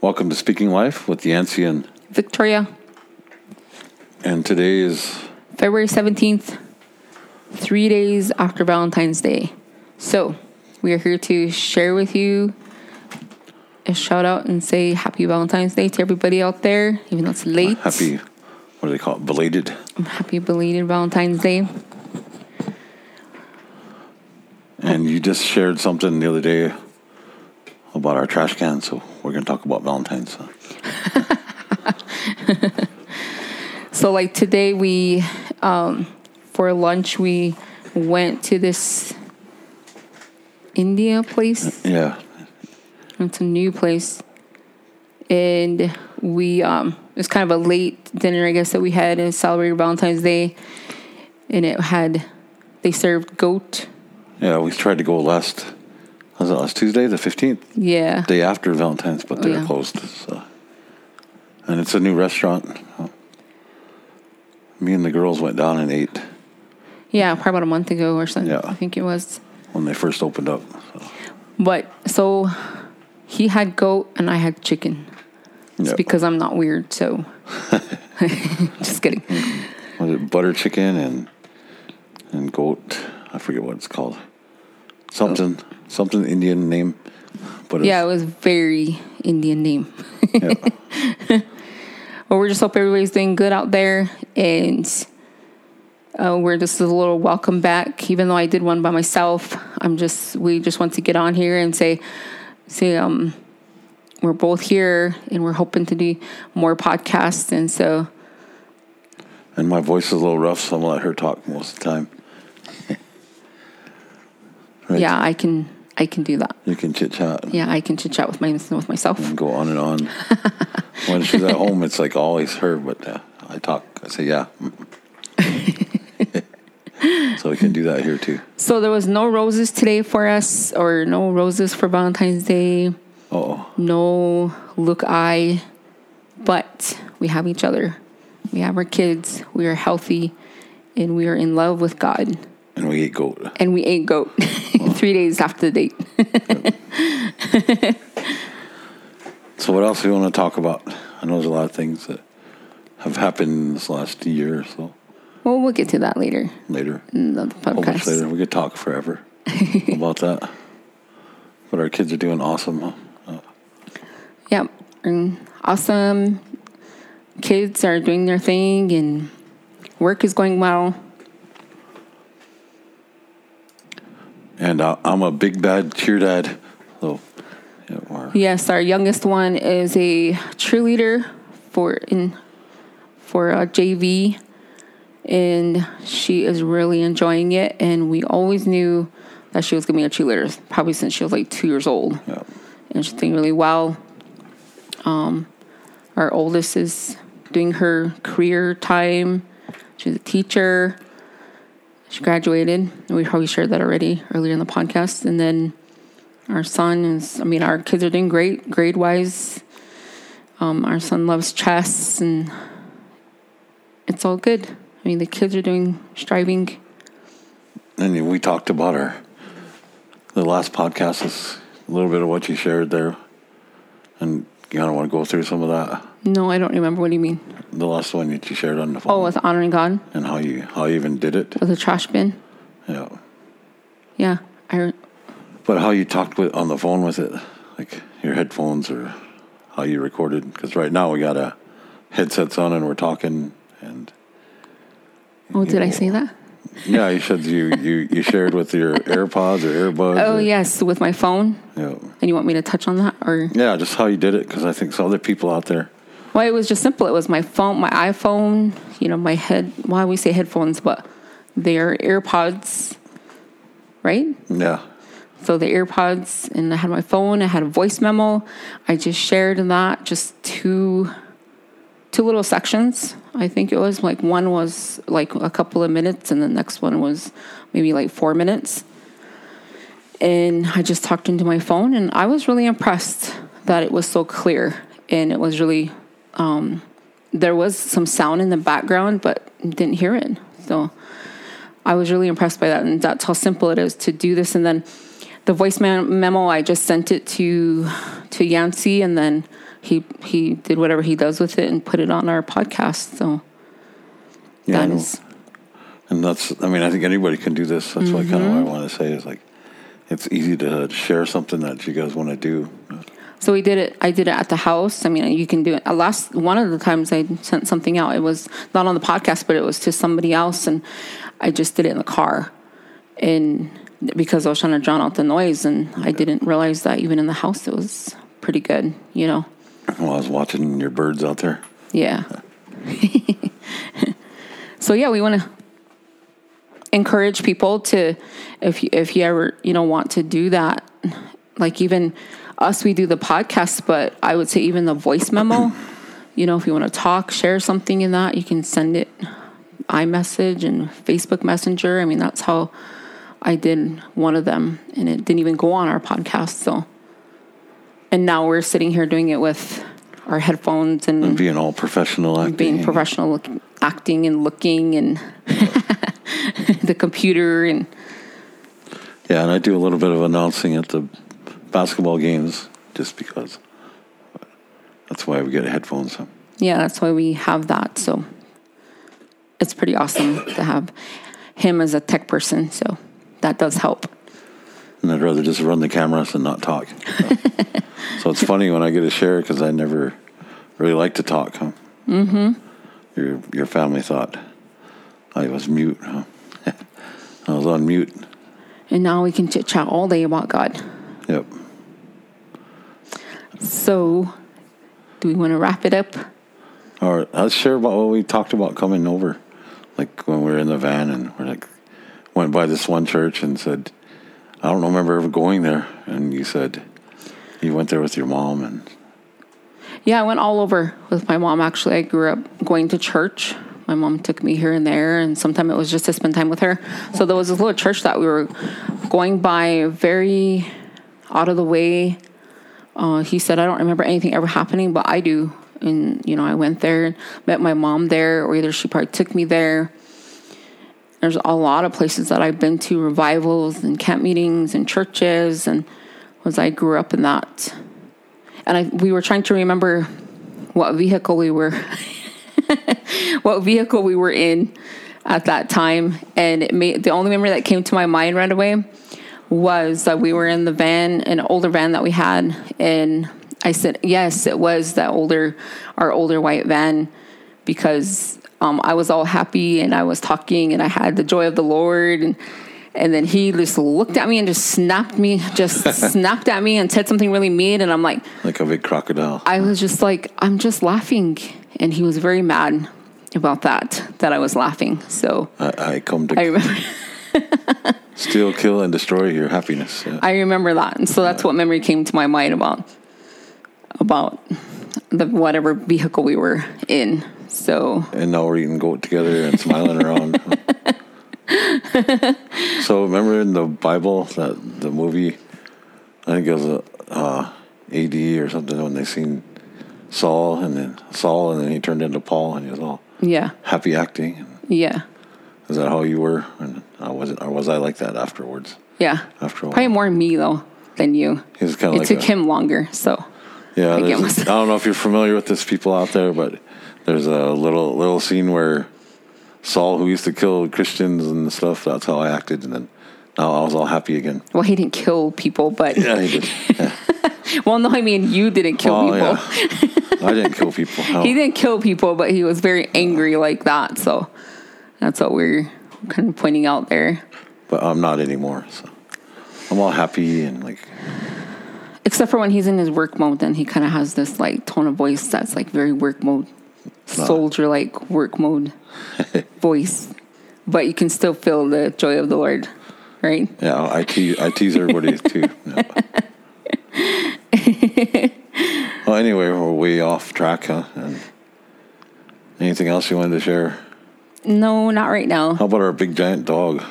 Welcome to Speaking Life with Yancy, and, Victoria, and today is February 17th, three days after Valentine's Day. So, we are here to share with you a shout out and say happy Valentine's Day to everybody out there, even though it's late. happy, what do they call it, belated. Happy belated Valentine's Day. And you just shared something the other day about our trash can, so we're going to talk about Valentine's. So like today we um for lunch we went to this India place. Yeah, It's a new place. And we um it was kind of a late dinner I guess that we had and celebrated Valentine's Day and it had they served goat. yeah, we tried to go last, was it last Tuesday, the 15th, Yeah. day after Valentine's, but they were Yeah. closed. So. And it's a new restaurant. Me and the girls went down and ate Yeah, probably about a month ago or something. Yeah. I think it was. when they first opened up. So. But so he had goat and I had chicken. It's Yeah. because I'm not weird, so just kidding. was it butter chicken and and goat? I forget what it's called. Something something Indian name, but it's, Yeah, it was very Indian name. But we're just hope everybody's doing good out there, and uh, we're just a little welcome back. Even though I did one by myself, I'm just we just want to get on here and say say um we're both here and we're hoping to do more podcasts, and so and my voice is a little rough, so I'm gonna let her talk most of the time. Right. yeah, I can I can do that. You can chit chat Yeah, I can chit chat with my with myself. and go on and on. when she's at home, it's like always her, but uh, I talk. I say yeah. mhm. so we can do that here too. So there was no roses today for us, or no roses for Valentine's Day. Oh, no look eye, but we have each other. We have our kids. We are healthy and we are in love with God. and we ate goat. And we ate goat three days after the date. So what else do we want to talk about? I know there's a lot of things that have happened this last year or so. Well, we'll get to that later Later, in the how much podcast. later? We could talk forever about that. But our kids are doing awesome. huh? Yeah. And awesome. Kids are doing their thing and work is going well. And uh, I'm a big bad cheer dad. So yeah, we're- Yes, our youngest one is a cheerleader for in for a JV, and she is really enjoying it. And we always knew that she was gonna be a cheerleader, probably since she was like two years old, yeah. and she's doing really well. Um, our oldest is doing her career time. She's a teacher. She graduated, and we probably shared that already earlier in the podcast. And then our son is i mean our kids are doing great grade wise um, our son loves chess and it's all good i mean the kids are doing striving And we talked about our the last podcast is a little bit of what you shared there, and you kind of want to go through some of that. no i don't remember what do you mean The last one that you shared on the phone oh with honoring god and how you how you even did it. with a trash bin Yeah. yeah i But how you talked with on the phone with it, like your headphones or how you recorded? Because right now we got a headsets on and we're talking. And oh did i say that yeah, you said you you, you shared with your AirPods or earbuds. oh or- yes with my phone Yeah. and you want me to touch on that or yeah, just how you did it. Because I think some other people out there. well it was just simple it was my phone my iphone you know my head why we say headphones but they're airpods right Yeah. So the AirPods, and I had my phone. I had a voice memo. I just shared that, just two, two little sections. I think it was like one was like a couple of minutes, and the next one was maybe like four minutes. And I just talked into my phone, and I was really impressed that it was so clear, and it was really, um, there was some sound in the background, but didn't hear it. So I was really impressed by that, and that's how simple it is to do this. And then the voice mem- memo, I just sent it to to Yancy, and then he he did whatever he does with it and put it on our podcast. So Yeah, I that know. is And that's, I mean, I think anybody can do this. That's what kind of what Mm-hmm. I want to say is like, it's easy to share something that you guys want to do. so we did it. I did it at the house. I mean, you can do it. Uh, Last one of the times I sent something out, it was not on the podcast, but it was to somebody else, and I just did it in the car, and because I was trying to drown out the noise, and I didn't realize that even in the house it was pretty good. You know, While I was watching your birds out there, Yeah. so yeah, we want to encourage people to if you, if you ever you know want to do that, like even us, we do the podcast, but I would say even the voice memo. you know, if you want to talk, share something in that, you can send it iMessage and Facebook Messenger. I mean, that's how I did one of them, and it didn't even go on our podcast. So, and now we're sitting here doing it with our headphones and being all professional, acting, Mm-hmm. being professional look, acting and looking and the computer and Yeah, and I do a little bit of announcing at the basketball games just because. That's why we get headphones. yeah that's why we have that so it's pretty awesome to have him as a tech person so that does help And I'd rather just run the cameras and not talk. So, so it's funny when I get to share because I never really like to talk. Huh? Mm-hmm. Your, your family thought I was mute. Huh? I was on mute. and now we can chit chat all day about god Yep. so do we want to wrap it up All right, let's share about what we talked about coming over. Like when we were in the van and we're like, went by this one church and said, I don't remember ever going there. And you said, you went there with your mom and Yeah, I went all over with my mom. Actually, I grew up going to church. My mom took me here and there, and sometimes it was just to spend time with her. So there was this little church that we were going by, very out of the way. Uh, he said, "I don't remember anything ever happening, but I do." And you know, I went there and met my mom there, or either she probably took me there. There's a lot of places that I've been to, revivals and camp meetings and churches, and was I grew up in that and I, we were trying to remember what vehicle we were what vehicle we were in at that time and it made, the only memory that came to my mind right away was that we were in the van an older van that we had and i said yes it was that older our older white van because um, i was all happy and i was talking and i had the joy of the lord and and then he just looked at me and just snapped me just snapped at me and said something really mean and i'm like like a big crocodile. I was just like, I'm just laughing. And he was very mad about that, that I was laughing. So I, I come to I remember, steal, kill, and destroy your happiness. Yeah. I remember that. And so that's what memory came to my mind about, about the whatever vehicle we were in. So and now we're eating goat together and smiling around. so remember in the Bible that the movie, I think it was a, uh, AD or something when they seen Saul and then Saul and then he turned into Paul and he was all yeah, happy acting. yeah, Is that how you were? And I wasn't, or was I like that afterwards? yeah. After a Probably while, more me though than you. he was kind it of like took a- him longer. So Yeah, I get there's- I myself- don't know if you're familiar with this, people out there, but there's a little little scene where Saul, who used to kill Christians and stuff, that's how I acted, and then now I was all happy again. well, he didn't kill people, but Yeah, he did. Yeah. well, no, I mean you didn't kill Oh, people. yeah. I didn't kill people. No. he didn't kill people, but he was very angry like that. So that's what we're kind of pointing out there. but I'm not anymore. So I'm all happy and like Except for when he's in his work mode, then he kind of has this like tone of voice that's like very work mode, soldier like work mode voice. But you can still feel the joy of the Lord, right? yeah, I tease I tease everybody too. Yeah. well, anyway, we're way off track. Huh? And anything else you wanted to share? No, not right now. How about our big giant dog?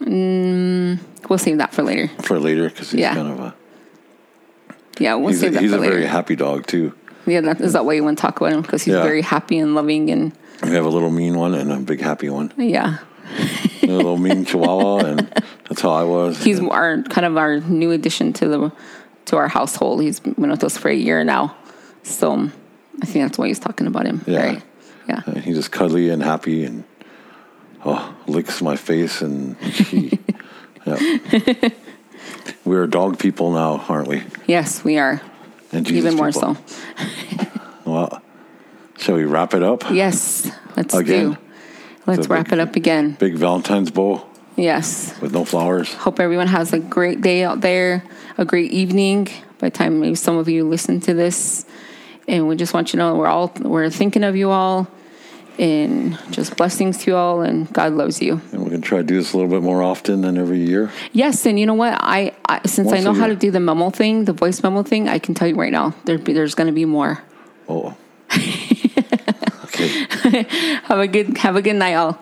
We'll save that for later. for later because he's Yeah. kind of a Yeah, we'll he's, save a, that he's for a later. very happy dog too. yeah, that, is that why you want to talk about him? Because he's Yeah. very happy and loving and We have a little mean one and a big happy one. yeah. A little mean Chihuahua, and that's how I was. He's our kind of our new addition to the to our household. He's been with us for a year now, So I think that's why he's talking about him. Yeah. Right? Yeah. And he uh, just cuddly and happy and oh, licks my face and she. yeah. We're dog people now, aren't we? Yes, we are. And Even more people. so. Well, shall we wrap it up? Yes. Let's Again? do. Let's The wrap it up again. Big Valentine's bowl Yes. with no flowers. Hope everyone has a great day out there, a great evening. By the time maybe some of you listen to this, and we just want you to know we're all we're thinking of you all, and just blessings to you all, and God loves you. And we're going to try to do this a little bit more often than every year. Yes, and you know what? I, I since Once I a know how year. to do the memo thing, the voice memo thing, I can tell you right now there there's going to be more. Oh. okay. Have a good have a good night, all.